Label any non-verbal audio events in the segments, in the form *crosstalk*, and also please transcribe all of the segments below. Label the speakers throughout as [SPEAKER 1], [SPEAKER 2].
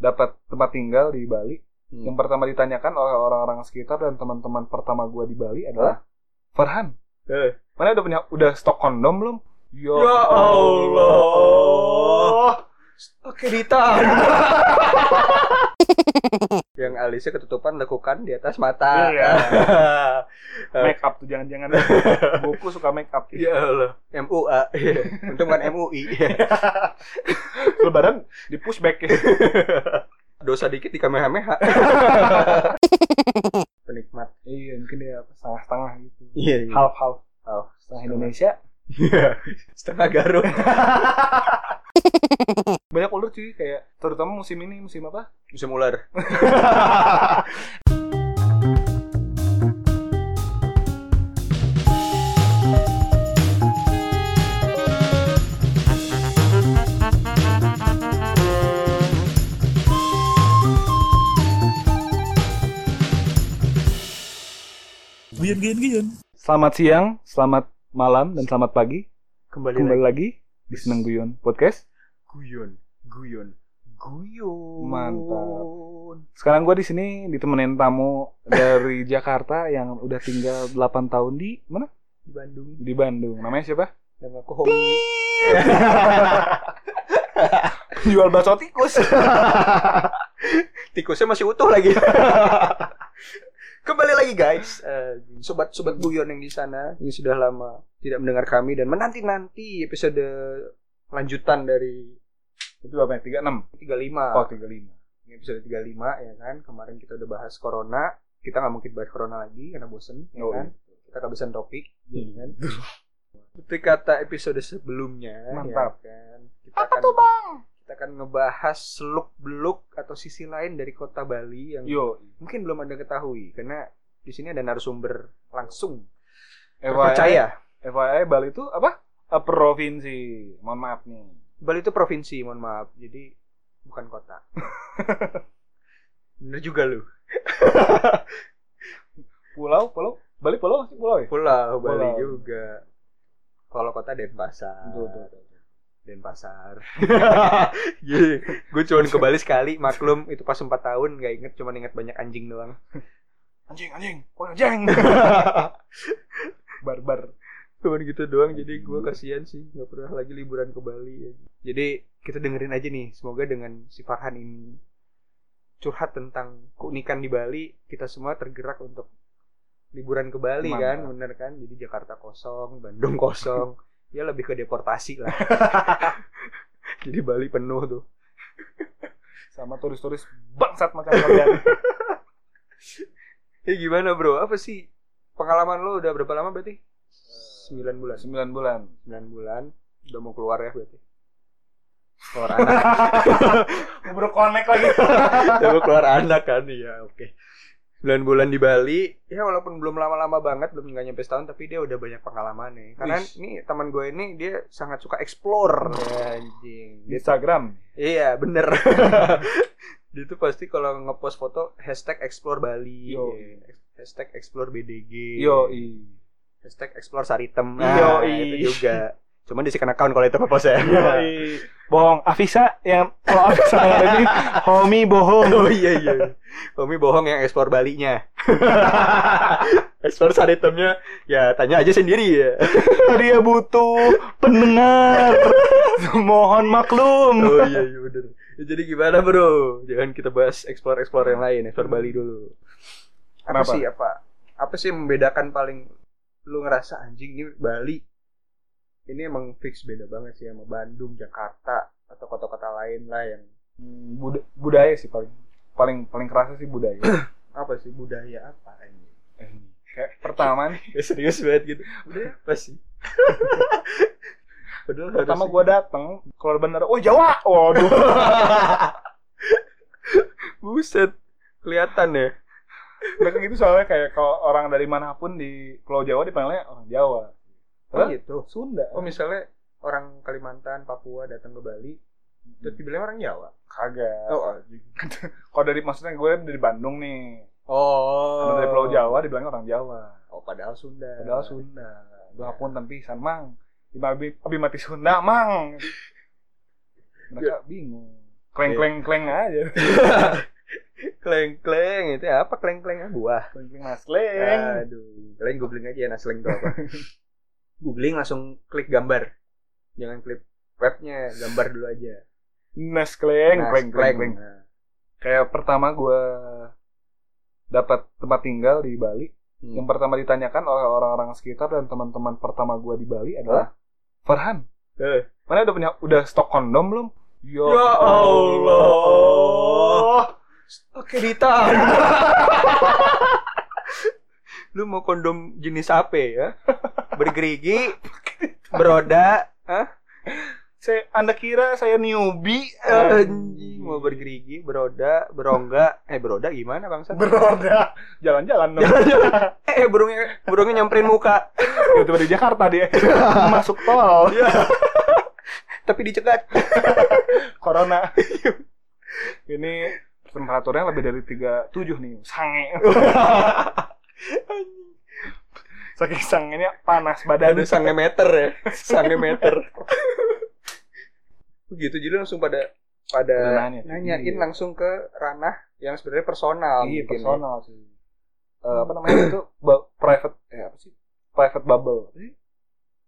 [SPEAKER 1] dapat tempat tinggal di Bali
[SPEAKER 2] Hmm.
[SPEAKER 1] yang pertama ditanyakan oleh orang-orang sekitar dan teman-teman pertama gua di Bali adalah Farhan
[SPEAKER 2] Eh.
[SPEAKER 1] mana udah punya udah stok kondom belum
[SPEAKER 2] Ya Allah. Pakai ditahan. *laughs* yang alisnya ketutupan lekukan di atas mata. *laughs*
[SPEAKER 1] Iya. make up tuh jangan-jangan buku suka make up
[SPEAKER 2] ya Allah. *laughs* MUA. Untung bukan MUI.
[SPEAKER 1] lebaran di pushback
[SPEAKER 2] *laughs*
[SPEAKER 1] ya.
[SPEAKER 2] Dosa dikit di kamehameha. *laughs* Penikmat.
[SPEAKER 1] iya mungkin dia setengah-setengah gitu
[SPEAKER 2] Iya. iya.
[SPEAKER 1] half-half
[SPEAKER 2] Half.
[SPEAKER 1] setengah Indonesia
[SPEAKER 2] Iya. *laughs* Setengah Garut.
[SPEAKER 1] banyak ulur cuy kayak terutama musim ini musim apa
[SPEAKER 2] *laughs* Musim ular.
[SPEAKER 3] Gian gian gian.
[SPEAKER 1] selamat siang selamat malam dan selamat pagi
[SPEAKER 2] Kembali,
[SPEAKER 1] kembali
[SPEAKER 2] lagi.
[SPEAKER 1] lagi di Seneng Guyon Podcast
[SPEAKER 2] Guyon. Guyon. Guyon.
[SPEAKER 1] Mantap. sekarang gue di sini ditemenin tamu dari *laughs* Jakarta yang udah tinggal 8 tahun di mana
[SPEAKER 2] Di Bandung.
[SPEAKER 1] di Bandung namanya siapa
[SPEAKER 2] Dan aku homi.
[SPEAKER 1] jual bakso tikus
[SPEAKER 2] *laughs* Tikusnya masih utuh lagi. *laughs* Kembali lagi guys, Eh, sobat-sobat guyon yang di sana yang sudah lama tidak mendengar kami dan menanti-nanti episode lanjutan dari
[SPEAKER 1] itu apa 36
[SPEAKER 2] 35.
[SPEAKER 1] oh 35
[SPEAKER 2] Ini episode 35 ya kan. Kemarin kita udah bahas corona, kita nggak mungkin bahas corona lagi karena bosen ya
[SPEAKER 1] Oh,
[SPEAKER 2] kan. Kita kehabisan topik ya kan. Seperti kata episode sebelumnya
[SPEAKER 1] Mantap.
[SPEAKER 2] ya kan. Kita akan, Kita akan ngebahas seluk-beluk atau sisi lain dari kota Bali yang
[SPEAKER 1] yo
[SPEAKER 2] mungkin belum Anda ketahui karena di sini ada narasumber langsung.
[SPEAKER 1] FYI,
[SPEAKER 2] Percaya.
[SPEAKER 1] FYI Bali itu apa Eh, provinsi mohon maaf nih
[SPEAKER 2] Bali itu provinsi, mohon maaf. Jadi bukan kota. *laughs* Bener juga lu.
[SPEAKER 1] pulau pulau Bali pulau masih pulau ya
[SPEAKER 2] Pulau Bali
[SPEAKER 1] Pulau.
[SPEAKER 2] juga. Kalau kota Denpasar.
[SPEAKER 1] Tuh, tuh,
[SPEAKER 2] Denpasar. *laughs* Gue cuman ke Bali sekali, maklum itu pas 4 tahun nggak inget, cuman inget banyak anjing doang.
[SPEAKER 1] anjing anjing oh, anjing *laughs* barbar
[SPEAKER 2] Cuman gitu doang, jadi gue kasihan sih nggak pernah lagi liburan ke Bali. ya. Jadi kita dengerin aja nih, semoga dengan si Farhan ini curhat tentang keunikan di Bali, kita semua tergerak untuk liburan ke Bali
[SPEAKER 1] Mantap.
[SPEAKER 2] kan, bener kan? Jadi Jakarta kosong, Bandung *laughs* kosong, ya lebih ke deportasi lah. *laughs* jadi Bali penuh tuh.
[SPEAKER 1] sama turis-turis bangsat macam kalian
[SPEAKER 2] Ya gimana bro? Apa sih pengalaman lo udah berapa lama berarti? 9 bulan.
[SPEAKER 1] 9 bulan
[SPEAKER 2] 9 bulan. Udah mau keluar ya berarti. Keluar anak.
[SPEAKER 1] *laughs* Bro connect lagi.
[SPEAKER 2] udah mau keluar anak kan ya, oke. 9 bulan di Bali, ya walaupun belum lama-lama banget, belum nggak nyampe setahun, tapi dia udah banyak pengalaman nih. Karena
[SPEAKER 1] Wih.
[SPEAKER 2] ini teman gue ini dia sangat suka explore. Anjing. Dia
[SPEAKER 1] Instagram.
[SPEAKER 2] Iya bener *laughs* Dia tuh pasti kalau ngepost foto Hashtag explore Bali
[SPEAKER 1] Yo.
[SPEAKER 2] Hashtag explore BDG
[SPEAKER 1] Yo
[SPEAKER 2] Hashtag explore Saritem Nah,
[SPEAKER 1] Yo, Iya. i.
[SPEAKER 2] itu juga Cuman di second account kalau itu ngepost ya
[SPEAKER 1] Bohong. Afisa yang kalau Afisa yang ada ini, homie bohong.
[SPEAKER 2] Oh iya iya Homi bohong yang explore *laughs* Balinya Explore Saritemnya Ya tanya aja sendiri ya
[SPEAKER 1] Dia butuh pendengar. Mohon maklum.
[SPEAKER 2] Oh iya iya bener Ya, Jadi gimana bro Jangan kita bahas explore-explore yang lain Explore Bali dulu
[SPEAKER 1] Kenapa?
[SPEAKER 2] Apa sih apa Apa sih yang membedakan paling Lu ngerasa anjing ini Bali Ini emang fix beda banget sih Sama Bandung, Jakarta Atau kota-kota lain lah yang
[SPEAKER 1] Hmm, bud- budaya sih paling paling paling kerasa sih budaya.
[SPEAKER 2] Apa sih budaya apa ini
[SPEAKER 1] Eh, Kayak pertama nih,
[SPEAKER 2] Ya serius banget gitu Budaya apa sih *laughs* Padahal
[SPEAKER 1] pertama gua datang keluar bandara, oh Jawa. Waduh.
[SPEAKER 2] Buset Kelihatan ya
[SPEAKER 1] Mereka gitu soalnya kayak kalau orang dari manapun di Pulau Jawa dipanggilnya orang Jawa. Hah?
[SPEAKER 2] gitu
[SPEAKER 1] Sunda.
[SPEAKER 2] Oh misalnya orang Kalimantan, Papua datang ke Bali, terus dibilang orang Jawa.
[SPEAKER 1] kagak.
[SPEAKER 2] Oh,
[SPEAKER 1] Kalau dari maksudnya gue dari Bandung nih,
[SPEAKER 2] oh.
[SPEAKER 1] Karena dari Pulau Jawa dibilangnya orang Jawa.
[SPEAKER 2] Oh, padahal Sunda.
[SPEAKER 1] Padahal Sunda.
[SPEAKER 2] Iya.
[SPEAKER 1] Doa pun tapi san
[SPEAKER 2] Iya.
[SPEAKER 1] mang. Abi, abi mati Sunda mang. Mereka bingung. kleng kleng kleng
[SPEAKER 2] *laughs*
[SPEAKER 1] aja
[SPEAKER 2] kleng kleng itu ya apa kleng kleng buah
[SPEAKER 1] kleng kleng mas
[SPEAKER 2] Nah.
[SPEAKER 1] kleng
[SPEAKER 2] aduh kalian googling aja ya nasleng itu
[SPEAKER 1] *laughs*
[SPEAKER 2] apa googling langsung klik gambar jangan klik webnya gambar dulu aja
[SPEAKER 1] nas kleng
[SPEAKER 2] Nah,
[SPEAKER 1] kleng kleng
[SPEAKER 2] kleng.
[SPEAKER 1] kleng
[SPEAKER 2] Nah,
[SPEAKER 1] kayak pertama gue dapat tempat tinggal di Bali
[SPEAKER 2] hmm.
[SPEAKER 1] yang pertama ditanyakan oleh orang-orang sekitar dan teman-teman pertama gue di Bali adalah Farhan
[SPEAKER 2] Eh.
[SPEAKER 1] mana udah punya udah stok kondom belum
[SPEAKER 2] Ya Allah. Pakai ditambah. *laughs* Lu mau kondom jenis apa ya? Bergerigi, beroda, Hah?
[SPEAKER 1] saya anda kira saya newbie Eh, Iya.
[SPEAKER 2] anjing eh, mau bergerigi, beroda, berongga. Eh beroda gimana bangsa?
[SPEAKER 1] beroda jalan-jalan dong
[SPEAKER 2] *laughs* eh burungnya burungnya nyamperin muka.
[SPEAKER 1] tiba di Jakarta *laughs* dia masuk tol
[SPEAKER 2] *laughs* Tapi dicegat.
[SPEAKER 1] *laughs* corona ini temperaturnya lebih dari 37 nih sange saking sangenya panas
[SPEAKER 2] Ada
[SPEAKER 1] badan
[SPEAKER 2] sange meter ya. Sange meter. Begitu jadi langsung pada pada
[SPEAKER 1] Udah nanya.
[SPEAKER 2] nanyain
[SPEAKER 1] Iya.
[SPEAKER 2] langsung ke ranah yang sebenarnya personal
[SPEAKER 1] iya
[SPEAKER 2] mungkin. ya.
[SPEAKER 1] personal sih Eh, apa namanya itu bu- private eh apa sih private bubble
[SPEAKER 2] Hmm?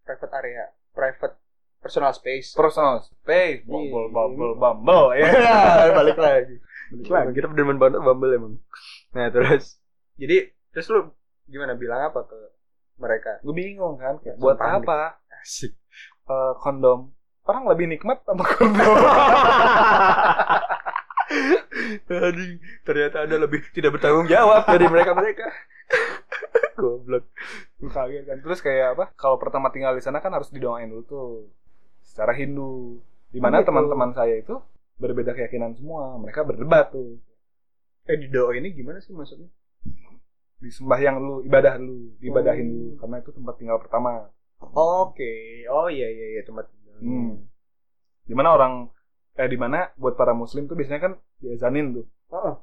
[SPEAKER 2] private area private personal space
[SPEAKER 1] personal space bubble
[SPEAKER 2] Iya.
[SPEAKER 1] bubble
[SPEAKER 2] *laughs*
[SPEAKER 1] bumble ya *laughs*
[SPEAKER 2] Ya, balik lagi
[SPEAKER 1] Balik lagi.
[SPEAKER 2] kita demen banget bumble emang nah terus jadi terus lu gimana bilang apa ke mereka
[SPEAKER 1] gue bingung kan kayak
[SPEAKER 2] Langsung
[SPEAKER 1] buat
[SPEAKER 2] panik.
[SPEAKER 1] apa
[SPEAKER 2] asik
[SPEAKER 1] eh, kondom orang lebih nikmat sama *laughs* kondom
[SPEAKER 2] Tadi ternyata ada lebih tidak bertanggung jawab dari mereka mereka *laughs* goblok
[SPEAKER 1] Gua kaget kan terus kayak apa kalau pertama tinggal di sana kan harus didoain dulu tuh secara Hindu di mana
[SPEAKER 2] Betul.
[SPEAKER 1] teman-teman saya itu berbeda keyakinan semua mereka berdebat tuh
[SPEAKER 2] eh di doa ini gimana sih maksudnya
[SPEAKER 1] disembahyang dulu ibadah dulu diibadahin
[SPEAKER 2] Hmm.
[SPEAKER 1] dulu karena itu tempat tinggal pertama
[SPEAKER 2] oke oh iya iya iya tempat
[SPEAKER 1] Hmm. dimana orang eh dimana buat para muslim tuh biasanya kan diazanin tuh
[SPEAKER 2] Oh,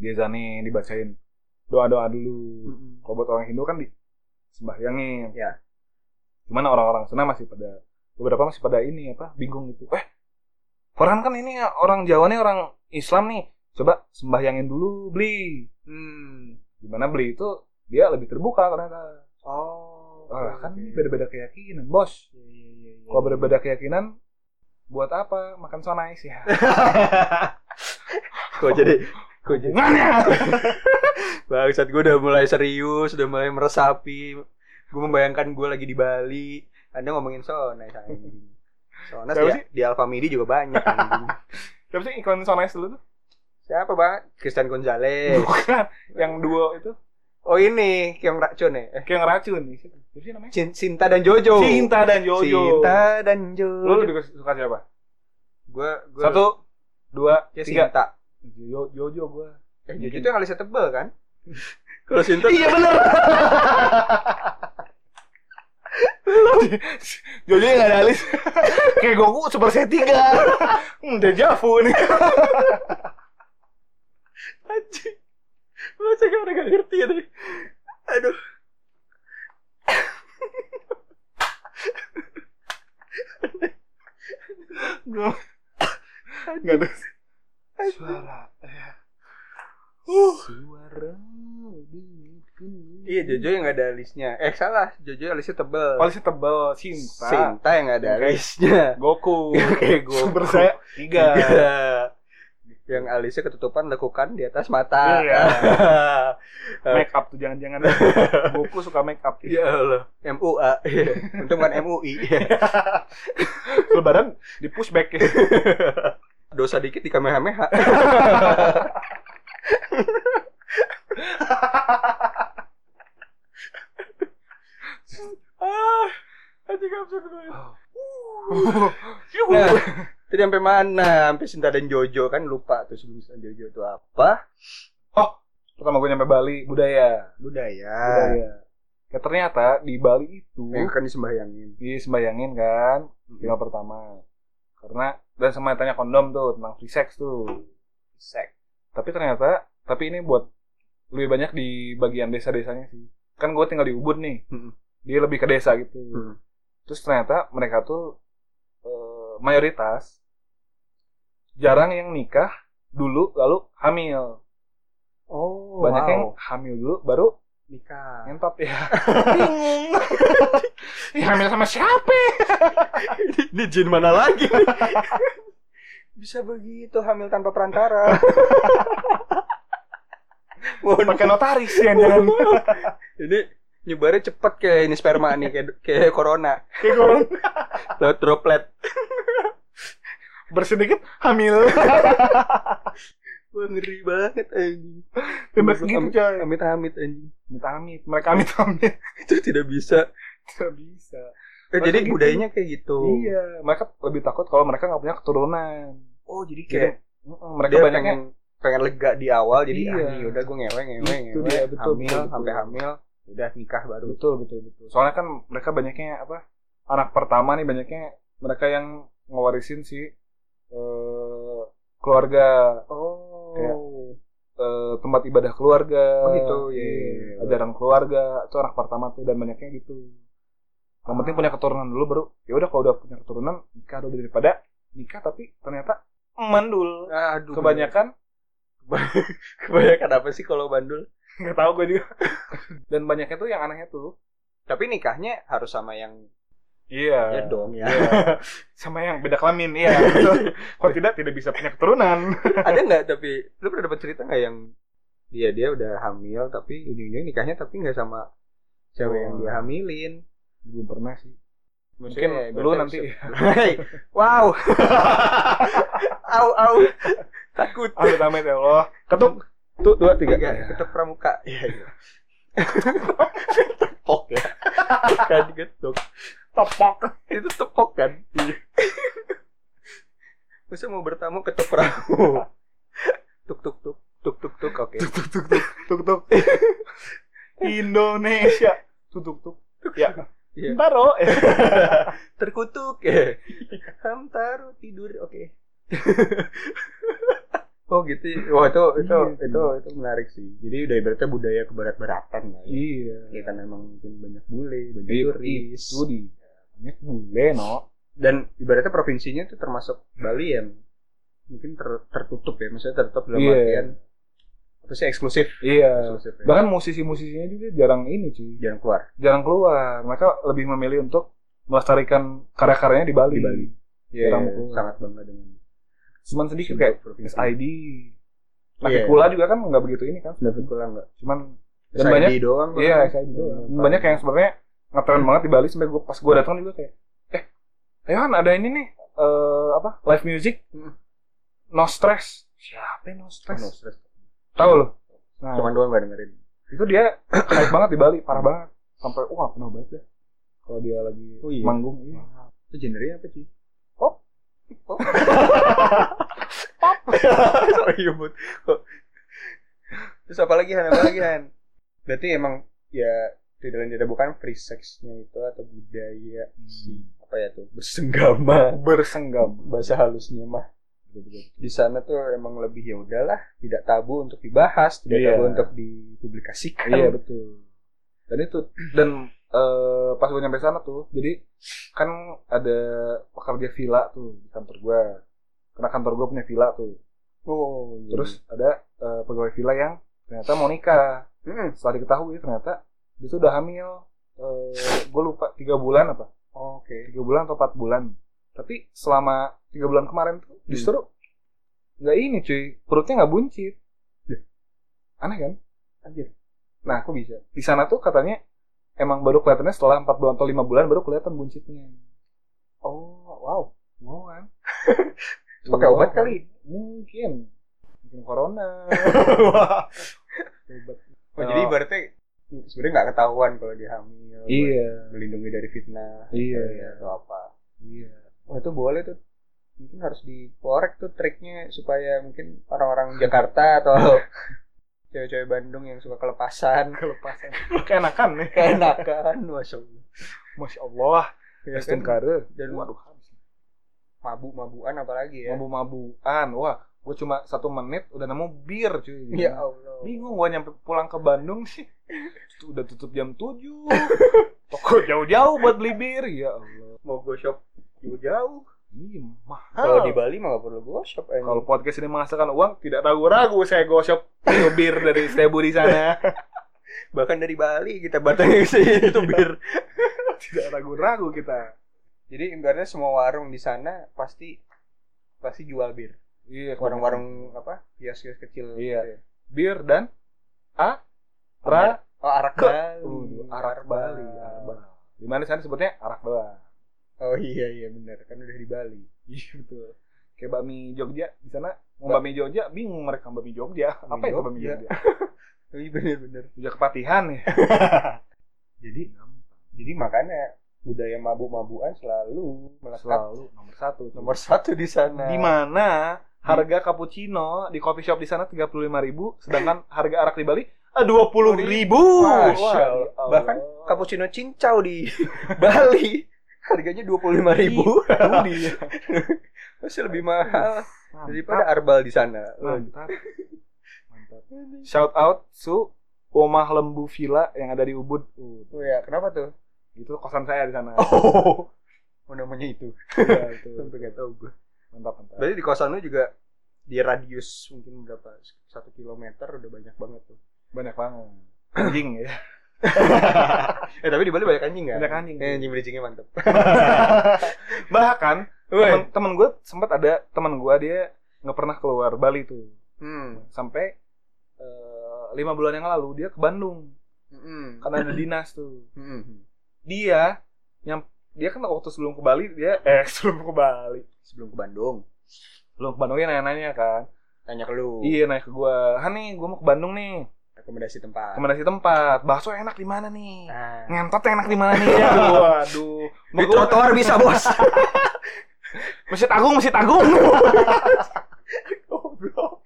[SPEAKER 1] diazanin dibacain doa doa dulu
[SPEAKER 2] Hmm.
[SPEAKER 1] kalau buat orang Hindu kan di sembahyangin
[SPEAKER 2] Ya.
[SPEAKER 1] cuman orang-orang sana masih pada beberapa masih pada ini apa bingung gitu eh Farhan kan ini ya, orang Jawa nih orang Islam nih coba sembahyangin dulu beli
[SPEAKER 2] Hmm.
[SPEAKER 1] dimana beli itu dia lebih terbuka ternyata
[SPEAKER 2] Oh.
[SPEAKER 1] ah, kan
[SPEAKER 2] oke.
[SPEAKER 1] ini beda-beda keyakinan bos
[SPEAKER 2] Iya, iya, iya, iya.
[SPEAKER 1] Kalau berbeda keyakinan, buat apa? Makan sonais *laughs* ya.
[SPEAKER 2] *laughs* Kok jadi kok jadi
[SPEAKER 1] Hubungannya.
[SPEAKER 2] bangsat gue udah mulai serius, udah mulai meresapi. Gue membayangkan gue lagi di Bali. Anda ngomongin Sonas anjing. Sonas
[SPEAKER 1] Siapa
[SPEAKER 2] di, di Alfamidi juga
[SPEAKER 1] *laughs*
[SPEAKER 2] banyak anjing.
[SPEAKER 1] Siapa sih iklan sonais dulu tuh?
[SPEAKER 2] Siapa bang? Christian Gonzalez.
[SPEAKER 1] Bukan. Yang duo itu,
[SPEAKER 2] Oh ini Kyung Racun ya? Eh,
[SPEAKER 1] kayak ngeracun nih. Siapa siapa sih namanya?
[SPEAKER 2] Cin- Cinta dan Jojo.
[SPEAKER 1] Cinta dan Jojo.
[SPEAKER 2] Cinta dan
[SPEAKER 1] Lu
[SPEAKER 2] Jojo.
[SPEAKER 1] lebih suka siapa?
[SPEAKER 2] Gue gue
[SPEAKER 1] Satu, dua, tiga. gitu
[SPEAKER 2] Cinta.
[SPEAKER 1] Jo- Jojo Iya, gue.
[SPEAKER 2] Eh,
[SPEAKER 1] Mungkin.
[SPEAKER 2] Jojo itu yang alisnya tebel kan? Kalau Sinta
[SPEAKER 1] Iya bener. *laughs* Jojo yang gak ada alis. *laughs* kayak Goku Super Saiyan 3. *laughs* Hmm, deja vu nih.
[SPEAKER 2] Anjing. Masa gak udah gak ngerti ya tadi. Aduh.
[SPEAKER 1] Gua- Gak ada suara. eh. Suara.
[SPEAKER 2] Iya Jojo yang gak ada alisnya. Eh salah, Jojo alisnya tebel.
[SPEAKER 1] Palisnya tebal, cinta.
[SPEAKER 2] Oh, Sinta yang gak ada alisnya.
[SPEAKER 1] *laughs* Goku.
[SPEAKER 2] Kayak gue.
[SPEAKER 1] Super saya tiga.
[SPEAKER 2] Iya. Yang alisnya ketutupan lekukan di atas mata.
[SPEAKER 1] Iya. Make up tuh *laughs* jangan-jangan. Goku suka make up.
[SPEAKER 2] *laughs* ya Allah. MUA. Iya. *laughs* Untung kan MUI. *laughs*
[SPEAKER 1] Lebaran di *laughs* pushback.
[SPEAKER 2] *laughs* Dosa dikit di kamehameha. ah, aja gak bisa *laughs* kebayang. Nah, tadi sampai mana? Sampai Sinta dan Jojo kan lupa tuh sebelum Sinta dan Jojo itu apa?
[SPEAKER 1] Pertama gue nyampe Bali budaya.
[SPEAKER 2] Budaya.
[SPEAKER 1] Budaya. Ya ternyata di Bali itu
[SPEAKER 2] Yang akan disembahyangin.
[SPEAKER 1] disembayangin Iya, kan tinggal pertama karena dan sama tanya kondom tuh tentang free sex tuh
[SPEAKER 2] Sek.
[SPEAKER 1] tapi ternyata tapi ini buat lebih banyak di bagian desa-desanya sih kan gue tinggal di Ubud nih
[SPEAKER 2] Mm-mm.
[SPEAKER 1] dia lebih ke desa gitu
[SPEAKER 2] Mm.
[SPEAKER 1] terus ternyata mereka tuh eh, mayoritas jarang yang nikah dulu lalu hamil.
[SPEAKER 2] Oh,
[SPEAKER 1] Banyak
[SPEAKER 2] wow.
[SPEAKER 1] yang hamil dulu baru
[SPEAKER 2] nikah.
[SPEAKER 1] ngentot
[SPEAKER 2] *laughs*
[SPEAKER 1] ya. *laughs* Bingung. Ih, hamil sama siapa?
[SPEAKER 2] Ini jin mana
[SPEAKER 1] *laughs*
[SPEAKER 2] lagi? Bisa begitu hamil tanpa *laughs* perantara. Mohon
[SPEAKER 1] Pakai notaris ya jangan.
[SPEAKER 2] *laughs* Ini nyebarnya cepet kayak ini sperma nih kayak kayak corona.
[SPEAKER 1] Kayak gue
[SPEAKER 2] *laughs* Lewat droplet.
[SPEAKER 1] bersedikit *laughs* hamil.
[SPEAKER 2] Wah ngeri banget anjing.
[SPEAKER 1] Bebas gitu
[SPEAKER 2] Amit-
[SPEAKER 1] coy.
[SPEAKER 2] Amit-amit anjing.
[SPEAKER 1] Amit amit. Mereka amit *laughs* amit.
[SPEAKER 2] Itu tidak bisa.
[SPEAKER 1] Tidak bisa.
[SPEAKER 2] Eh,
[SPEAKER 1] Masa
[SPEAKER 2] jadi
[SPEAKER 1] gitu?
[SPEAKER 2] budayanya kayak gitu.
[SPEAKER 1] Iya. Mereka lebih takut kalau mereka nggak punya keturunan.
[SPEAKER 2] Oh, jadi
[SPEAKER 1] Jadi,
[SPEAKER 2] kayak
[SPEAKER 1] mm, mereka
[SPEAKER 2] dia
[SPEAKER 1] banyak
[SPEAKER 2] pengen pengen lega di awal jadi
[SPEAKER 1] Iya.
[SPEAKER 2] ah nih udah gue ngewe ngewe
[SPEAKER 1] Itu
[SPEAKER 2] ngewe
[SPEAKER 1] dia, betul, betul,
[SPEAKER 2] hamil
[SPEAKER 1] betul.
[SPEAKER 2] sampai hamil udah nikah baru
[SPEAKER 1] Betul betul betul. Soalnya kan mereka banyaknya apa anak pertama nih banyaknya mereka yang ngewarisin si eh, keluarga
[SPEAKER 2] oh
[SPEAKER 1] Kayak, eh, tempat ibadah keluarga.
[SPEAKER 2] Oh gitu, iya,
[SPEAKER 1] Iya,
[SPEAKER 2] iya, iya.
[SPEAKER 1] Ajaran keluarga itu anak pertama tuh dan banyaknya gitu. Yang penting punya keturunan dulu baru ya udah kalau udah punya keturunan nikah dulu daripada nikah tapi ternyata mandul.
[SPEAKER 2] aduh
[SPEAKER 1] Kebanyakan
[SPEAKER 2] kebanyakan apa sih kalau bandul
[SPEAKER 1] nggak tahu gue juga. dan banyaknya tuh yang anehnya tuh.
[SPEAKER 2] tapi nikahnya harus sama yang ya
[SPEAKER 1] Iya.
[SPEAKER 2] dong ya
[SPEAKER 1] Sama yang beda kelamin, iya. betul. Kalau tidak tidak bisa punya keturunan.
[SPEAKER 2] *laughs* ada nggak tapi lu pernah dapat cerita nggak yang dia dia udah hamil tapi ujung-ujung nikahnya tapi nggak sama cewek yang
[SPEAKER 1] Oh.
[SPEAKER 2] dia hamilin
[SPEAKER 1] Belum pernah sih. Mungkin
[SPEAKER 2] Maksudnya,
[SPEAKER 1] lu
[SPEAKER 2] berarti
[SPEAKER 1] nanti
[SPEAKER 2] Hei,
[SPEAKER 1] *laughs*
[SPEAKER 2] wow au au takut
[SPEAKER 1] amit amit ya Allah. Ketuk. Tuh dua tiga.
[SPEAKER 2] tiga ya. ketuk pramuka iya
[SPEAKER 1] *laughs*
[SPEAKER 2] iya tepok ya kan getuk
[SPEAKER 1] Topok.
[SPEAKER 2] itu tepok kan
[SPEAKER 1] *laughs*
[SPEAKER 2] masa mau bertamu ketuk pramuka *laughs* tuk tuk tuk tuk tuk tuk oke
[SPEAKER 1] tuk tuk tuk tuk tuk tuk *laughs* Indonesia tuk tuk tuk ya
[SPEAKER 2] Iya.
[SPEAKER 1] ntar oh
[SPEAKER 2] terkutuk
[SPEAKER 1] *laughs*
[SPEAKER 2] ya hamtaro tidur oke *laughs* oh gitu wah itu itu
[SPEAKER 1] Iya.
[SPEAKER 2] itu itu menarik sih jadi udah ibaratnya budaya kebarat-baratan lah ya.
[SPEAKER 1] iya
[SPEAKER 2] ya karena emang mungkin banyak bule banyak
[SPEAKER 1] Iya,
[SPEAKER 2] turis
[SPEAKER 1] itu di banyak bule no
[SPEAKER 2] dan ibaratnya provinsinya itu termasuk Bali yang mungkin ter- tertutup ya maksudnya tertutup dalam
[SPEAKER 1] Iya.
[SPEAKER 2] artian apa sih eksklusif
[SPEAKER 1] iya
[SPEAKER 2] eksklusif ya.
[SPEAKER 1] bahkan musisi-musisinya juga jarang ini cuy
[SPEAKER 2] jangan keluar
[SPEAKER 1] jarang keluar mereka lebih memilih untuk melestarikan karya-karyanya di Bali
[SPEAKER 2] Di Bali.
[SPEAKER 1] Iya,
[SPEAKER 2] Orang
[SPEAKER 1] iya.
[SPEAKER 2] sangat bangga dengan
[SPEAKER 1] cuman sedikit kayak
[SPEAKER 2] provinsi
[SPEAKER 1] SID Nah,
[SPEAKER 2] Iya.
[SPEAKER 1] Kula juga kan nggak begitu ini kan,
[SPEAKER 2] nggak berkurang nggak
[SPEAKER 1] cuman dan
[SPEAKER 2] dan SID
[SPEAKER 1] banyak
[SPEAKER 2] doang
[SPEAKER 1] Iya,
[SPEAKER 2] kan?
[SPEAKER 1] saya juga.
[SPEAKER 2] Hmm,
[SPEAKER 1] Banyak yang sebenarnya ngetren banget di Bali sampai gua pas gua datang juga kayak, eh, ayo kan ada ini nih, eh apa? Live music.
[SPEAKER 2] Hmm.
[SPEAKER 1] No stress. Siapa yang no
[SPEAKER 2] Oh, no
[SPEAKER 1] stress?
[SPEAKER 2] stress.
[SPEAKER 1] Tahu loh. Nah,
[SPEAKER 2] cuman doang nggak dengerin
[SPEAKER 1] itu dia *clears throat* hype banget di Bali, parah banget. Sampai wah, penuh banget deh. Kalau dia lagi
[SPEAKER 2] Oh, iya.
[SPEAKER 1] manggung iya.
[SPEAKER 2] itu gendernya apa sih
[SPEAKER 1] Pop. *laughs*
[SPEAKER 2] pop *laughs* sorry but terus apa lagi Han apa lagi Han berarti emang ya di dalam tidak bukan free sexnya itu atau budaya si apa ya tuh bersenggama
[SPEAKER 1] Hmm. bersenggam.
[SPEAKER 2] bahasa halusnya mah di sana tuh emang lebih ya udahlah tidak tabu untuk dibahas tidak
[SPEAKER 1] Iya.
[SPEAKER 2] tabu untuk dipublikasikan
[SPEAKER 1] Iya, betul. Dan itu dan eh, pas gue nyampe sana tuh, jadi kan ada pekerja villa tuh di kantor gua. Karena kantor gua punya villa tuh.
[SPEAKER 2] oh iya.
[SPEAKER 1] Terus ada eh, pegawai villa yang ternyata mau nikah.
[SPEAKER 2] *laughs* Mm.
[SPEAKER 1] Setelah diketahui ternyata dia tuh udah hamil. Eh gue lupa tiga bulan apa?
[SPEAKER 2] Oh, oke
[SPEAKER 1] Tiga bulan atau empat bulan. Tapi selama tiga bulan kemarin
[SPEAKER 2] Hmm.
[SPEAKER 1] tuh justru nggak ini cuy, perutnya nggak buncit. Aneh kan?
[SPEAKER 2] Iya. anjir
[SPEAKER 1] Nah
[SPEAKER 2] aku bisa
[SPEAKER 1] di sana tuh katanya emang baru kelihatannya setelah empat bulan atau lima bulan baru kelihatan buncitnya.
[SPEAKER 2] oh wow
[SPEAKER 1] Mau kan?
[SPEAKER 2] *laughs* pakai
[SPEAKER 1] Wow,
[SPEAKER 2] obat
[SPEAKER 1] kan?
[SPEAKER 2] kali
[SPEAKER 1] Mungkin. Mungkin corona.
[SPEAKER 2] *laughs*
[SPEAKER 1] Obat.
[SPEAKER 2] oh, jadi berarti sebenarnya nggak ketahuan kalau dia hamil
[SPEAKER 1] Iya.
[SPEAKER 2] buat melindungi dari fitnah
[SPEAKER 1] Iya.
[SPEAKER 2] kali ya, atau apa
[SPEAKER 1] Iya.
[SPEAKER 2] oh itu boleh tuh mungkin harus dikorek tuh triknya supaya mungkin orang-orang Jakarta *laughs* atau cewek-cewek Bandung yang suka kelepasan
[SPEAKER 1] Kelepasan. Keenakan nih.
[SPEAKER 2] keenakan masya Allah
[SPEAKER 1] Masya Allah.
[SPEAKER 2] Ya
[SPEAKER 1] Ya, STM
[SPEAKER 2] kan?
[SPEAKER 1] karir.
[SPEAKER 2] Dan-
[SPEAKER 1] waduh.
[SPEAKER 2] mabu-mabuan apalagi ya
[SPEAKER 1] Mabu-mabuan. Wah. Gue cuma satu menit udah nemu bir cuy.
[SPEAKER 2] ya
[SPEAKER 1] Iya.
[SPEAKER 2] Allah
[SPEAKER 1] Bingung gue nyampe pulang ke Bandung sih. Udah tutup jam 7. *laughs* Toko jauh-jauh buat beli bir. Ya Allah.
[SPEAKER 2] mau go shop jauh-jauh
[SPEAKER 1] Iya, mahal.
[SPEAKER 2] Kalau di Bali mah nggak perlu gua shop aja.
[SPEAKER 1] Kalau podcast ini menghasilkan uang, tidak ragu-ragu saya gosok bir dari Stebu di *laughs* sana.
[SPEAKER 2] bahkan dari Bali kita batangnya ke sini *laughs* itu bir.
[SPEAKER 1] tidak ragu-ragu kita.
[SPEAKER 2] Jadi ibaratnya semua warung di sana pasti pasti jual bir.
[SPEAKER 1] Iya,
[SPEAKER 2] Warung-warung apa? Kios-kios
[SPEAKER 1] Iya.
[SPEAKER 2] kecil. gitu ya.
[SPEAKER 1] bir dan a ra
[SPEAKER 2] Oh, arak
[SPEAKER 1] Ke-
[SPEAKER 2] Bali.
[SPEAKER 1] Uh, arak Bali, arak Bali. Di mana sana sebutnya arak doang.
[SPEAKER 2] Oh iya iya benar, kan udah di Bali. *laughs*
[SPEAKER 1] Iya betul. Kayak bakmi Jogja di sana, mau bakmi Jogja bingung mereka bakmi Jogja. Apa itu bakmi Jogja?
[SPEAKER 2] Jogja. Oh, Iya benar-benar.
[SPEAKER 1] Jogja kepatihan ya.
[SPEAKER 2] *laughs* Jadi jadi makanya budaya mabuk-mabukan selalu melekat
[SPEAKER 1] Selalu nomor satu.
[SPEAKER 2] nomor satu di sana.
[SPEAKER 1] di mana harga cappuccino di coffee shop di sana 35.000 sedangkan harga arak di Bali eh, dua puluh ribu
[SPEAKER 2] Masya Allah. Bahkan cappuccino cincau di *laughs* Bali harganya dua puluh lima ribu
[SPEAKER 1] Iya.
[SPEAKER 2] *laughs* masih lebih mahal daripada arbal di sana
[SPEAKER 1] mantap mantap shout out su Omah Lembu Villa yang ada di Ubud Uh,
[SPEAKER 2] oh ya kenapa tuh
[SPEAKER 1] itu kosan saya di sana
[SPEAKER 2] oh namanya itu
[SPEAKER 1] Iya, itu.
[SPEAKER 2] nggak tahu gue
[SPEAKER 1] mantap mantap
[SPEAKER 2] berarti di kosan lu juga di radius mungkin berapa satu kilometer udah banyak banget
[SPEAKER 1] *laughs*
[SPEAKER 2] tuh
[SPEAKER 1] banyak banget anjing ya
[SPEAKER 2] eh tapi di Bali banyak anjing nggak
[SPEAKER 1] Banyak anjing.
[SPEAKER 2] eh, anjing bridgingnya mantep
[SPEAKER 1] *laughs* bahkan
[SPEAKER 2] Woi.
[SPEAKER 1] temen, temen gue sempat ada temen gue dia nggak pernah keluar Bali tuh
[SPEAKER 2] hmm.
[SPEAKER 1] sampai eh, lima bulan yang lalu dia ke Bandung
[SPEAKER 2] Hmm.
[SPEAKER 1] karena ada dinas tuh
[SPEAKER 2] Hmm.
[SPEAKER 1] dia yang dia kan waktu sebelum ke Bali dia eh *laughs* sebelum ke Bali
[SPEAKER 2] sebelum ke Bandung
[SPEAKER 1] sebelum ke Bandung dia nanya-nanya kan
[SPEAKER 2] tanya ke lu
[SPEAKER 1] iya naik ke gua Han nih gua mau ke Bandung nih
[SPEAKER 2] rekomendasi tempat
[SPEAKER 1] rekomendasi tempat bakso enak di mana nih
[SPEAKER 2] Nah.
[SPEAKER 1] ngentot enak di mana nih aduh aduh
[SPEAKER 2] Di trotoar bisa bos.
[SPEAKER 1] masih tagung masih tagung
[SPEAKER 2] Goblok.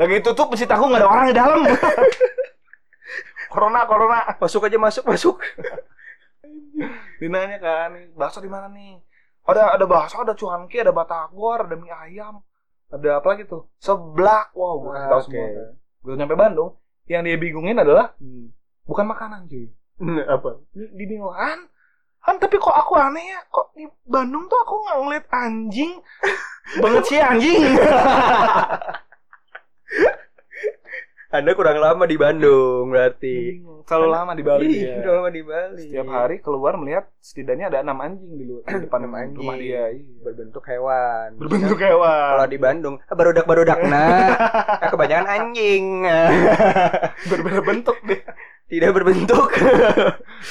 [SPEAKER 1] lagi tutup masih tagung nggak ada orang di dalam *laughs* corona corona
[SPEAKER 2] masuk aja masuk masuk.
[SPEAKER 1] Dinanya kan, bakso di mana nih? Ada ada bakso, ada cuanki, ada batagor, ada mie ayam, ada apa lagi tuh? Seblak, wow, gue kasih tahu
[SPEAKER 2] Oke.
[SPEAKER 1] semua. kan. Gue nyampe Bandung, yang dia bingungin adalah bukan makanan cuy.
[SPEAKER 2] Hmm, Apa?
[SPEAKER 1] Di- Dia bingung, "Han, Han, tapi kok aku aneh ya? Kok di Bandung tuh aku nggak ngeliat *laughs* anjing, banget sih anjing.
[SPEAKER 2] Anda kurang lama di Bandung berarti.
[SPEAKER 1] Bingung. Selalu lama di Bali
[SPEAKER 2] Ih,
[SPEAKER 1] dia.
[SPEAKER 2] udah lama di
[SPEAKER 1] Hmm.
[SPEAKER 2] Bali.
[SPEAKER 1] Iya. Setiap hari keluar melihat setidaknya ada enam anjing di, lu- di depan
[SPEAKER 2] Iya. Enam anjing.
[SPEAKER 1] rumah dia. Iya.
[SPEAKER 2] berbentuk hewan. Kan?
[SPEAKER 1] Berbentuk
[SPEAKER 2] Kalau
[SPEAKER 1] hewan,
[SPEAKER 2] di Bandung, ah, barodak-barodak nah. Ah, kebanyakan anjing.
[SPEAKER 1] *laughs*
[SPEAKER 2] *laughs*
[SPEAKER 1] berbeda bentuk deh.
[SPEAKER 2] Tidak
[SPEAKER 1] *laughs*
[SPEAKER 2] berbentuk.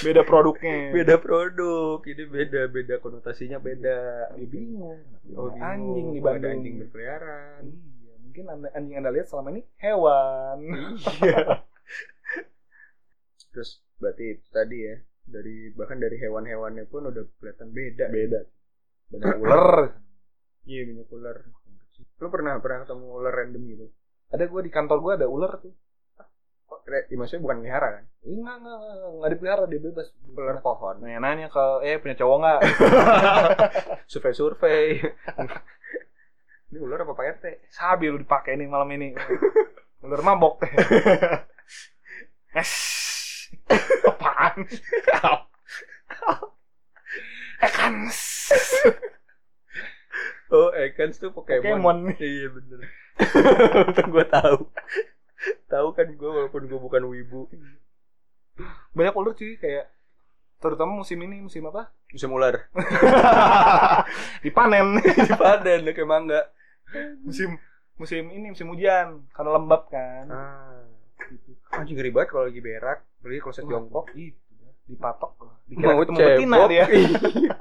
[SPEAKER 1] beda produknya
[SPEAKER 2] beda produk. Ini beda, beda konotasinya beda.
[SPEAKER 1] Dia bingung
[SPEAKER 2] Oh, bingung.
[SPEAKER 1] anjing di
[SPEAKER 2] Ada
[SPEAKER 1] Bandung
[SPEAKER 2] Anjing berkeliaran.
[SPEAKER 1] iya mungkin anda, anjing anda lihat selama ini hewan *laughs*
[SPEAKER 2] Iya. *laughs* Terus berarti itu tadi ya dari bahkan dari hewan-hewannya pun udah kelihatan beda.
[SPEAKER 1] beda
[SPEAKER 2] *laughs* Banyak ular.
[SPEAKER 1] ular
[SPEAKER 2] Iya banyak ular. Lu pernah pernah ketemu ular random gitu?
[SPEAKER 1] ada gue di kantor gue ada ular tuh
[SPEAKER 2] Oh, re- ya, maksudnya bukan melihara kan?
[SPEAKER 1] enggak enggak enggak, enggak dipelihara dia bebas
[SPEAKER 2] Ular pohon.
[SPEAKER 1] nanya nanya ke eh punya cowok nggak
[SPEAKER 2] Survei-survei. *laughs* Ini ular apa Pak RT?
[SPEAKER 1] sabi lu dipakai nih malam ini ular mabok teh es apaan Ekan
[SPEAKER 2] Oh, Ekans tuh Pokemon.
[SPEAKER 1] Pokemon
[SPEAKER 2] Iya bener. *laughs* Untung gue tahu. tahu kan gue walaupun gue bukan wibu.
[SPEAKER 1] banyak ular cuy kayak terutama musim ini musim apa
[SPEAKER 2] Bisa ular. *laughs*
[SPEAKER 1] dipanen
[SPEAKER 2] Di Padan kayak mangga.
[SPEAKER 1] musim musim ini musim hujan karena lembab kan
[SPEAKER 2] Ah. Anjing ngeri banget kalau lagi berak, beli kloset jongkok.
[SPEAKER 1] itu dipatok dikira ketemu
[SPEAKER 2] cebok.
[SPEAKER 1] betina dia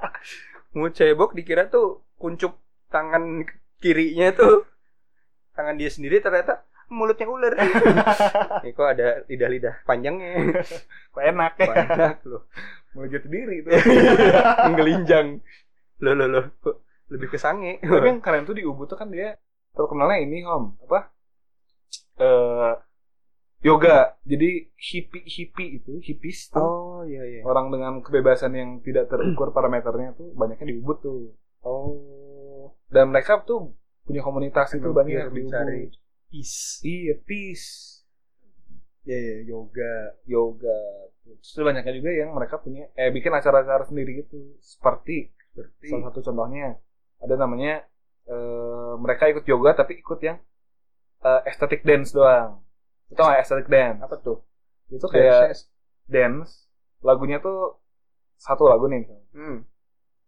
[SPEAKER 2] *laughs* Mau cebok dikira tuh kuncup tangan kirinya tuh tangan dia sendiri ternyata mulutnya
[SPEAKER 1] *laughs*
[SPEAKER 2] ular. Ini kok ada lidah-lidah
[SPEAKER 1] *laughs*
[SPEAKER 2] panjangnya.
[SPEAKER 1] kok enak ya
[SPEAKER 2] Banyak loh.
[SPEAKER 1] mau jatuh diri itu
[SPEAKER 2] Menggelinjang. Loh loh loh. Kok Lebih ke sange.
[SPEAKER 1] tapi yang keren tuh di Ubud tuh kan dia terkenalnya ini home apa eh yoga jadi hippie hippie itu hippies tuh
[SPEAKER 2] Oh iya iya.
[SPEAKER 1] orang dengan kebebasan yang tidak
[SPEAKER 2] *clears throat*
[SPEAKER 1] terukur parameternya tuh banyaknya di Ubud tuh
[SPEAKER 2] Oh.
[SPEAKER 1] dan mereka tuh punya komunitas itu
[SPEAKER 2] Emang
[SPEAKER 1] banyak
[SPEAKER 2] biar
[SPEAKER 1] di
[SPEAKER 2] mencari
[SPEAKER 1] Ubud
[SPEAKER 2] Peace.
[SPEAKER 1] iya peace
[SPEAKER 2] Iya iya yoga.
[SPEAKER 1] yoga terus banyaknya juga yang mereka punya eh bikin acara-acara sendiri gitu seperti
[SPEAKER 2] Berarti
[SPEAKER 1] Salah satu contohnya ada namanya eh, mereka ikut yoga tapi ikut yang eh, aesthetic dance doang. Itu nggak aesthetic dance?
[SPEAKER 2] apa tuh?
[SPEAKER 1] Itu kayak
[SPEAKER 2] Kayak
[SPEAKER 1] dance, lagunya tuh satu lagu nih misalnya.
[SPEAKER 2] hmm.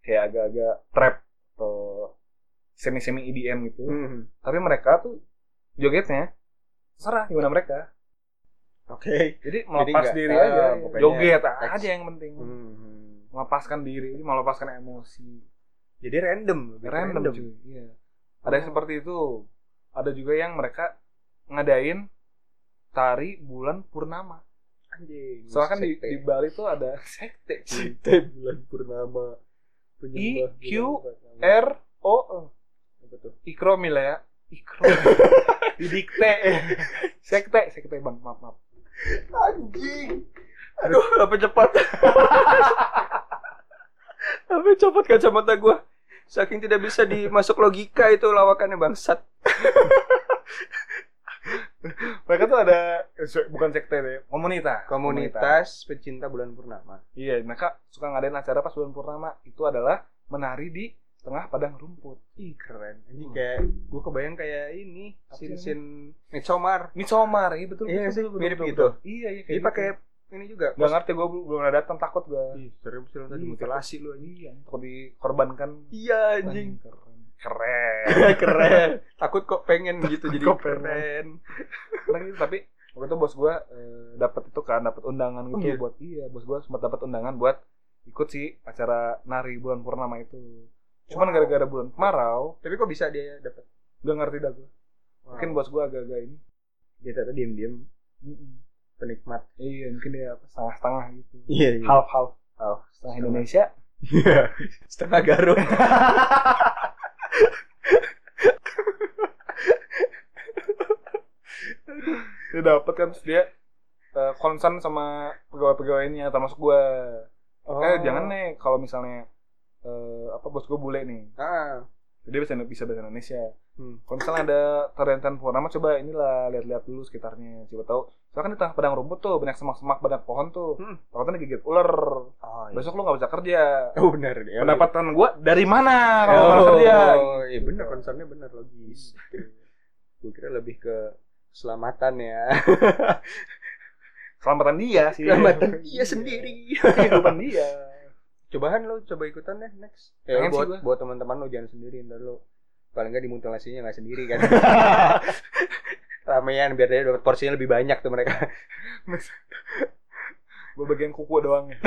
[SPEAKER 1] kayak agak-agak trap atau semi-semi EDM gitu.
[SPEAKER 2] hmm.
[SPEAKER 1] Tapi mereka tuh jogetnya serah gimana mereka.
[SPEAKER 2] Oke.
[SPEAKER 1] Jadi melepas
[SPEAKER 2] nggak,
[SPEAKER 1] diri
[SPEAKER 2] eh,
[SPEAKER 1] aja,
[SPEAKER 2] pokoknya
[SPEAKER 1] joget
[SPEAKER 2] teks.
[SPEAKER 1] aja yang penting.
[SPEAKER 2] Hmm.
[SPEAKER 1] Melepaskan diri, melepaskan emosi.
[SPEAKER 2] Jadi random, Oh. lebih
[SPEAKER 1] random, cuy. Iya. Ada yang seperti itu. Ada juga yang mereka ngadain tari bulan purnama.
[SPEAKER 2] Anjing.
[SPEAKER 1] Soalnya kan di,
[SPEAKER 2] sekte.
[SPEAKER 1] di Bali tuh ada *laughs* sekte. cuy.
[SPEAKER 2] Sekte bulan purnama. Penyembah
[SPEAKER 1] I, Q,
[SPEAKER 2] bulan purnama.
[SPEAKER 1] R O eh,
[SPEAKER 2] apa tuh?
[SPEAKER 1] Ikromil ya. Ikro.
[SPEAKER 2] *laughs*
[SPEAKER 1] Didikte. sekte, sekte Bang. Maaf, maaf.
[SPEAKER 2] Anjing. Aduh, *laughs* apa cepat? apa cepat kacamata gua? Saking tidak bisa dimasuk logika itu lawakannya bangsat.
[SPEAKER 1] Mereka tuh ada eh, se- bukan sekte deh, komunitas.
[SPEAKER 2] Komunitas pecinta bulan purnama.
[SPEAKER 1] Iya, mereka suka ngadain acara pas bulan purnama. Itu adalah menari di tengah padang rumput.
[SPEAKER 2] Ih keren. Ini kayak gua kebayang kayak ini
[SPEAKER 1] Apa sih
[SPEAKER 2] sin-sin Midsommar.
[SPEAKER 1] Midsommar, iya betul.
[SPEAKER 2] Iya
[SPEAKER 1] betul,
[SPEAKER 2] sih,
[SPEAKER 1] betul,
[SPEAKER 2] mirip
[SPEAKER 1] betul,
[SPEAKER 2] gitu.
[SPEAKER 1] betul. Iya, iya
[SPEAKER 2] Jadi
[SPEAKER 1] kayak
[SPEAKER 2] pakai
[SPEAKER 1] gitu.
[SPEAKER 2] ini juga.
[SPEAKER 1] Gak ngerti gue belum pernah datang takut gue
[SPEAKER 2] Ih, serem sih lu
[SPEAKER 1] Ih,
[SPEAKER 2] mutilasi lu anjing.
[SPEAKER 1] Iya Takut dikorbankan
[SPEAKER 2] Iya anjing. *laughs*
[SPEAKER 1] Wah, Keren Keren
[SPEAKER 2] keren. Takut kok pengen gitu jadi
[SPEAKER 1] Takut pengen.
[SPEAKER 2] keren.
[SPEAKER 1] Lagi, Nah, gitu. Tapi waktu itu bos gue dapat itu kan dapat undangan gitu
[SPEAKER 2] Oh, iya?
[SPEAKER 1] buat Iya bos gue sempat dapat undangan buat ikut sih acara nari bulan purnama itu Cuman
[SPEAKER 2] Wow.
[SPEAKER 1] gara-gara bulan kemarau
[SPEAKER 2] Tapi kok bisa dia dapat?
[SPEAKER 1] Gak ngerti dah gue Mungkin bos gue agak-agak ini
[SPEAKER 2] dia ternyata diam-diam
[SPEAKER 1] mm-mm.
[SPEAKER 2] penikmat.
[SPEAKER 1] Iya mungkin dia apa, setengah-setengah gitu
[SPEAKER 2] Iya. iya.
[SPEAKER 1] Half-half
[SPEAKER 2] Half.
[SPEAKER 1] Setengah
[SPEAKER 2] Setengah.
[SPEAKER 1] Indonesia
[SPEAKER 2] *laughs* Setengah *laughs* Garut.
[SPEAKER 1] dia dapat kan terus dia eh, konsen sama pegawai-pegawainya termasuk gue
[SPEAKER 2] Oh.
[SPEAKER 1] eh jangan nih kalau misalnya eh, apa bos gue bule nih
[SPEAKER 2] Ah.
[SPEAKER 1] dia bisa bisa bahasa Indonesia
[SPEAKER 2] Hmm.
[SPEAKER 1] kalau misalnya ada tarian-tarian purnama coba inilah lihat-lihat dulu sekitarnya coba tahu soalnya kan di tengah padang rumput tuh banyak semak-semak banyak pohon tuh
[SPEAKER 2] Hmm.
[SPEAKER 1] takutnya digigit ular
[SPEAKER 2] Oh, iya.
[SPEAKER 1] besok lu nggak bisa kerja
[SPEAKER 2] Oh benar ya.
[SPEAKER 1] pendapatan gue dari mana kalau nggak
[SPEAKER 2] Oh,
[SPEAKER 1] kerja
[SPEAKER 2] iya benar Hmm. concernnya benar logis. Gue kira lebih ke keselamatan ya.
[SPEAKER 1] selamatan dia sih *laughs*
[SPEAKER 2] Keselamatan dia sendiri.
[SPEAKER 1] kehidupan dia
[SPEAKER 2] Cobaan lo coba ikutan deh next. Ya,
[SPEAKER 1] Pengen sih
[SPEAKER 2] buat
[SPEAKER 1] gua.
[SPEAKER 2] buat teman-teman lo jangan sendiri ntar lo paling nggak dimutilasinya nggak sendiri *laughs* kan. Ramean biar dia dapat porsinya lebih banyak tuh mereka.
[SPEAKER 1] gue bagian kuku doang ya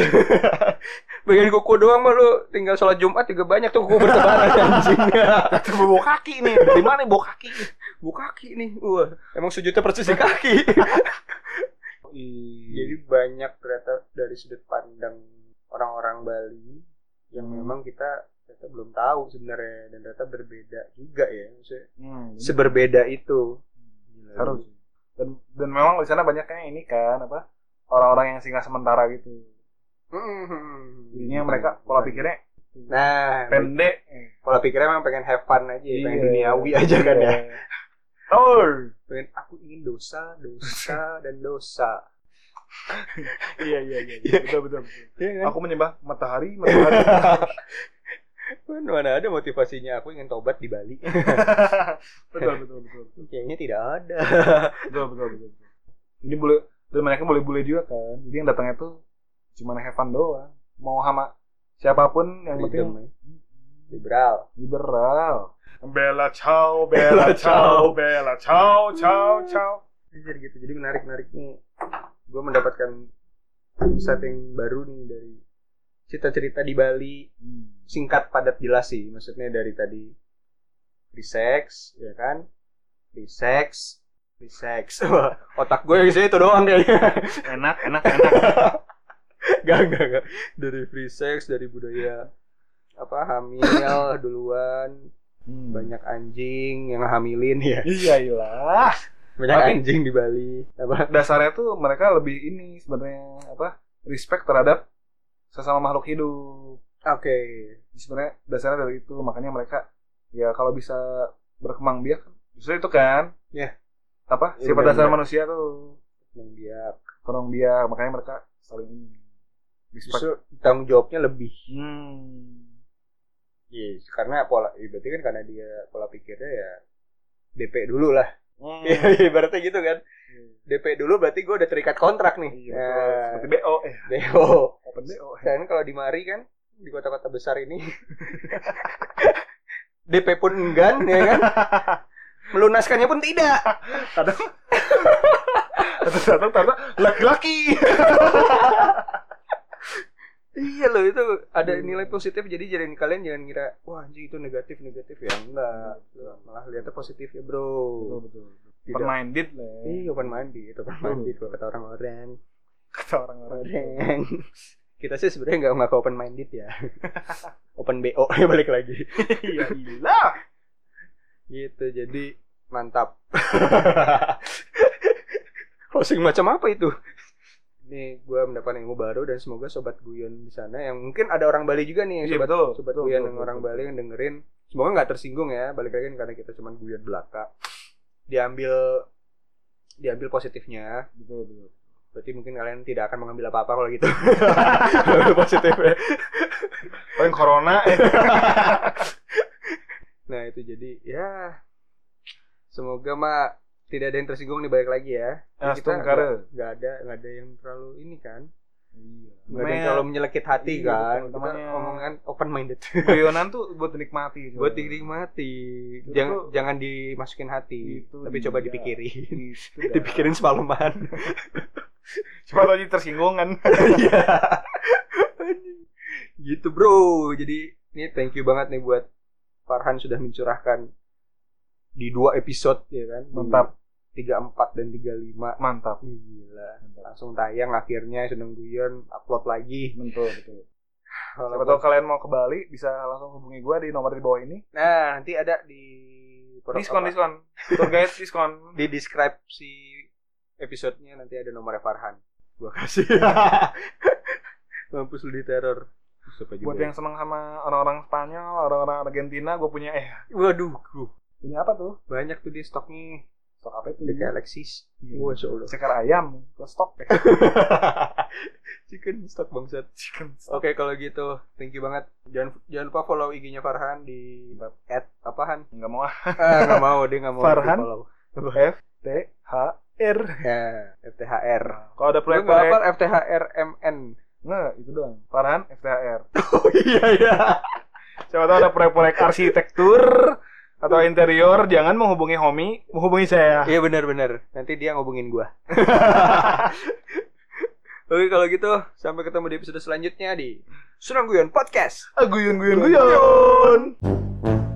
[SPEAKER 2] Bagian kuku doang mah lo tinggal sholat Jumat juga banyak tuh kuku
[SPEAKER 1] *laughs*
[SPEAKER 2] bertebaran anjing.
[SPEAKER 1] Coba bawa kaki nih dari mana bawa kaki
[SPEAKER 2] Bu kaki nih. Wah, emang sujudnya persis di *laughs* kaki. Jadi banyak ternyata dari sudut pandang orang-orang Bali yang
[SPEAKER 1] Hmm.
[SPEAKER 2] memang kita ternyata belum tahu sebenarnya dan ternyata berbeda juga ya. Maksudnya
[SPEAKER 1] Hmm,
[SPEAKER 2] seberbeda itu. Gila.
[SPEAKER 1] harus dan dan memang di sana banyaknya ini kan apa orang-orang yang singgah sementara gitu
[SPEAKER 2] Mm-mm.
[SPEAKER 1] jadinya mereka pola pikirnya
[SPEAKER 2] Hmm. Nah,
[SPEAKER 1] pendek
[SPEAKER 2] pola pikirnya memang pengen have fun aja, ya,
[SPEAKER 1] Iya.
[SPEAKER 2] pengen duniawi aja kan ya.
[SPEAKER 1] Betul.
[SPEAKER 2] Pengen aku ingin dosa, dosa dan dosa.
[SPEAKER 1] iya iya *laughs* iya iya. betul betul, betul.
[SPEAKER 2] Iya
[SPEAKER 1] aku menyembah matahari matahari *laughs*
[SPEAKER 2] Kan *laughs* mana ada motivasinya aku ingin tobat di Bali. *laughs*
[SPEAKER 1] betul betul betul betul
[SPEAKER 2] Kayaknya tidak ada.
[SPEAKER 1] betul betul, betul. ini boleh dan mereka boleh boleh juga kan jadi yang datangnya tuh cuma have fun doang mau sama siapapun yang penting
[SPEAKER 2] Freedom, ya. liberal.
[SPEAKER 1] liberal. Bella ciao, bella ciao, bella ciao, ciao, ciao.
[SPEAKER 2] Anjir gitu. Jadi menarik-menarik nih. Gue mendapatkan insight yang baru nih dari cerita-cerita di Bali.
[SPEAKER 1] Hmm.
[SPEAKER 2] Singkat, padat, jelas sih. Maksudnya dari tadi resex, ya kan? Resex, resex. *laughs* Wah, Otak gue yang itu doang kayaknya.
[SPEAKER 1] Enak, enak, *laughs* enak.
[SPEAKER 2] *laughs* gak, gak, gak. Dari free sex, dari budaya apa *coughs* hamil duluan banyak anjing yang hamilin ya
[SPEAKER 1] Hmm. Iya iyalah.
[SPEAKER 2] banyak
[SPEAKER 1] Tapi-
[SPEAKER 2] anjing di Bali apa
[SPEAKER 1] Dasarnya tuh mereka lebih ini sebenarnya apa? Respect terhadap sesama makhluk hidup.
[SPEAKER 2] oke
[SPEAKER 1] Sebenarnya dasarnya dari itu makanya mereka ya kalau bisa berkembang biak justru itu kan.
[SPEAKER 2] Iya.
[SPEAKER 1] Apa?
[SPEAKER 2] Iya,
[SPEAKER 1] Sifat dasar
[SPEAKER 2] benar-benar.
[SPEAKER 1] manusia tuh
[SPEAKER 2] yang dia
[SPEAKER 1] kurang biak makanya mereka saling ini. Respect.
[SPEAKER 2] justru tanggung jawabnya lebih
[SPEAKER 1] Hmm.
[SPEAKER 2] Iya, karena pola ya berarti kan karena dia pola pikirnya ya DP dulu lah. *laughs*
[SPEAKER 1] Hmm.
[SPEAKER 2] Iya, berarti gitu kan. DP dulu berarti gue udah terikat kontrak
[SPEAKER 1] Iya,
[SPEAKER 2] nih. Nah,
[SPEAKER 1] betul. seperti BO eh
[SPEAKER 2] DO.
[SPEAKER 1] open eh. BO.
[SPEAKER 2] *laughs* Dan kalau di Mari kan di kota-kota besar ini *laughs* DP pun enggan ya kan. Melunaskannya pun tidak.
[SPEAKER 1] Terus datang karena laki-laki.
[SPEAKER 2] Iya loh itu ada nilai positif jadi jadi kalian jangan ngira wah anjing itu negatif negatif ya enggak. Malah lihatnya positif ya bro.
[SPEAKER 1] betul.
[SPEAKER 2] Tidak.
[SPEAKER 1] Open minded lah.
[SPEAKER 2] Iya open mandi itu open mandi kalau kata orang-orang.
[SPEAKER 1] Kata orang-orang.
[SPEAKER 2] Orang. *laughs* Kita sih sebenarnya nggak nggak ke open minded *laughs* ya. open BO ya *laughs* balik lagi.
[SPEAKER 1] Iya, gila.
[SPEAKER 2] Gitu jadi *laughs* mantap. Closing macam apa itu? Ini gue mendapatkan ilmu baru dan semoga sobat guyon di sana yang mungkin ada orang Bali juga nih yang
[SPEAKER 1] Iya,
[SPEAKER 2] sobat
[SPEAKER 1] betul.
[SPEAKER 2] sobat
[SPEAKER 1] Betul,
[SPEAKER 2] guyon
[SPEAKER 1] betul,
[SPEAKER 2] yang orang
[SPEAKER 1] betul.
[SPEAKER 2] Bali yang dengerin. Semoga nggak tersinggung ya balik lagi karena kita cuma guyon belaka. Diambil diambil positifnya
[SPEAKER 1] Betul, betul.
[SPEAKER 2] Berarti mungkin kalian tidak akan mengambil apa-apa kalau
[SPEAKER 1] *laughs*
[SPEAKER 2] gitu. Kalau Positif ya.
[SPEAKER 1] Paling corona eh.
[SPEAKER 2] Nah itu jadi ya semoga mah tidak ada yang tersinggung nih balik lagi ya.
[SPEAKER 1] Ya,
[SPEAKER 2] Kita
[SPEAKER 1] Stungkare.
[SPEAKER 2] nggak ada nggak ada yang terlalu ini kan.
[SPEAKER 1] Iya.
[SPEAKER 2] Nggak ada yang terlalu menyelekit hati
[SPEAKER 1] Iya,
[SPEAKER 2] kan.
[SPEAKER 1] betul.
[SPEAKER 2] Kita
[SPEAKER 1] Namanya-
[SPEAKER 2] omongan open
[SPEAKER 1] *laughs*
[SPEAKER 2] minded.
[SPEAKER 1] guyonan tuh buat dinikmati.
[SPEAKER 2] Buat dinikmati.
[SPEAKER 1] Itu
[SPEAKER 2] Jangan
[SPEAKER 1] tuh-
[SPEAKER 2] jangan dimasukin hati.
[SPEAKER 1] Itu
[SPEAKER 2] Tapi coba
[SPEAKER 1] dia. Iya.
[SPEAKER 2] dipikirin. *laughs*
[SPEAKER 1] Dipikirin.
[SPEAKER 2] Dipikirin semalaman.
[SPEAKER 1] Coba aja
[SPEAKER 2] *laughs*
[SPEAKER 1] tersinggungan.
[SPEAKER 2] Iya. gitu bro. Jadi ini thank you banget nih buat Farhan sudah mencurahkan di dua episode ya kan.
[SPEAKER 1] Mantap.
[SPEAKER 2] Tiga empat dan tiga lima.
[SPEAKER 1] Mantap.
[SPEAKER 2] Gila. Langsung tayang akhirnya sedang guyon upload lagi.
[SPEAKER 1] Betul, betul. Siapa tahu
[SPEAKER 2] Walaupun-
[SPEAKER 1] kalian mau ke Bali bisa langsung hubungi gua di nomor di bawah ini.
[SPEAKER 2] Nah nanti ada di
[SPEAKER 1] Diskon,
[SPEAKER 2] apa?
[SPEAKER 1] diskon. Tour guide
[SPEAKER 2] *laughs*
[SPEAKER 1] diskon.
[SPEAKER 2] di deskripsi episodenya nanti ada nomornya Farhan. Gua kasih.
[SPEAKER 1] *laughs*
[SPEAKER 2] Mampus lu di teror. Gitu ya.
[SPEAKER 1] Buat yang seneng sama orang-orang Spanyol, orang-orang Argentina, gue punya eh
[SPEAKER 2] waduh, duh.
[SPEAKER 1] punya apa tuh?
[SPEAKER 2] banyak tuh di stoknya.
[SPEAKER 1] Stok apa itu?
[SPEAKER 2] Dekat Alexis.
[SPEAKER 1] Iya.
[SPEAKER 2] Wah, insya
[SPEAKER 1] *laughs*
[SPEAKER 2] Allah.
[SPEAKER 1] Sekar ayam, ke
[SPEAKER 2] *laughs*
[SPEAKER 1] stok. Eh.
[SPEAKER 2] Chicken stock bangsat. Oke kalau gitu, thank you banget. Jangan jangan lupa follow IG-nya Farhan di at apaan?
[SPEAKER 1] *laughs* Nggak mau ah.
[SPEAKER 2] Ah, nggak mau dia nggak mau
[SPEAKER 1] Farhan?
[SPEAKER 2] follow.
[SPEAKER 1] F T H R.
[SPEAKER 2] Ya, FTHR.
[SPEAKER 1] Kalau ada
[SPEAKER 2] Lu
[SPEAKER 1] proyek
[SPEAKER 2] nggak apa
[SPEAKER 1] proyek,
[SPEAKER 2] FTHR MN?
[SPEAKER 1] nah itu doang. Farhan F T H R.
[SPEAKER 2] *laughs* Oh iya iya.
[SPEAKER 1] Siapa tahu ada proyek-proyek arsitektur atau interior, jangan menghubungi Homi, menghubungi saya. *laughs*
[SPEAKER 2] Iya benar-benar. Nanti dia ngobongin gua. Oke kalau gitu sampai ketemu di episode selanjutnya di Sunan Guyon Podcast.
[SPEAKER 1] Ah, Guyon guyon guyon.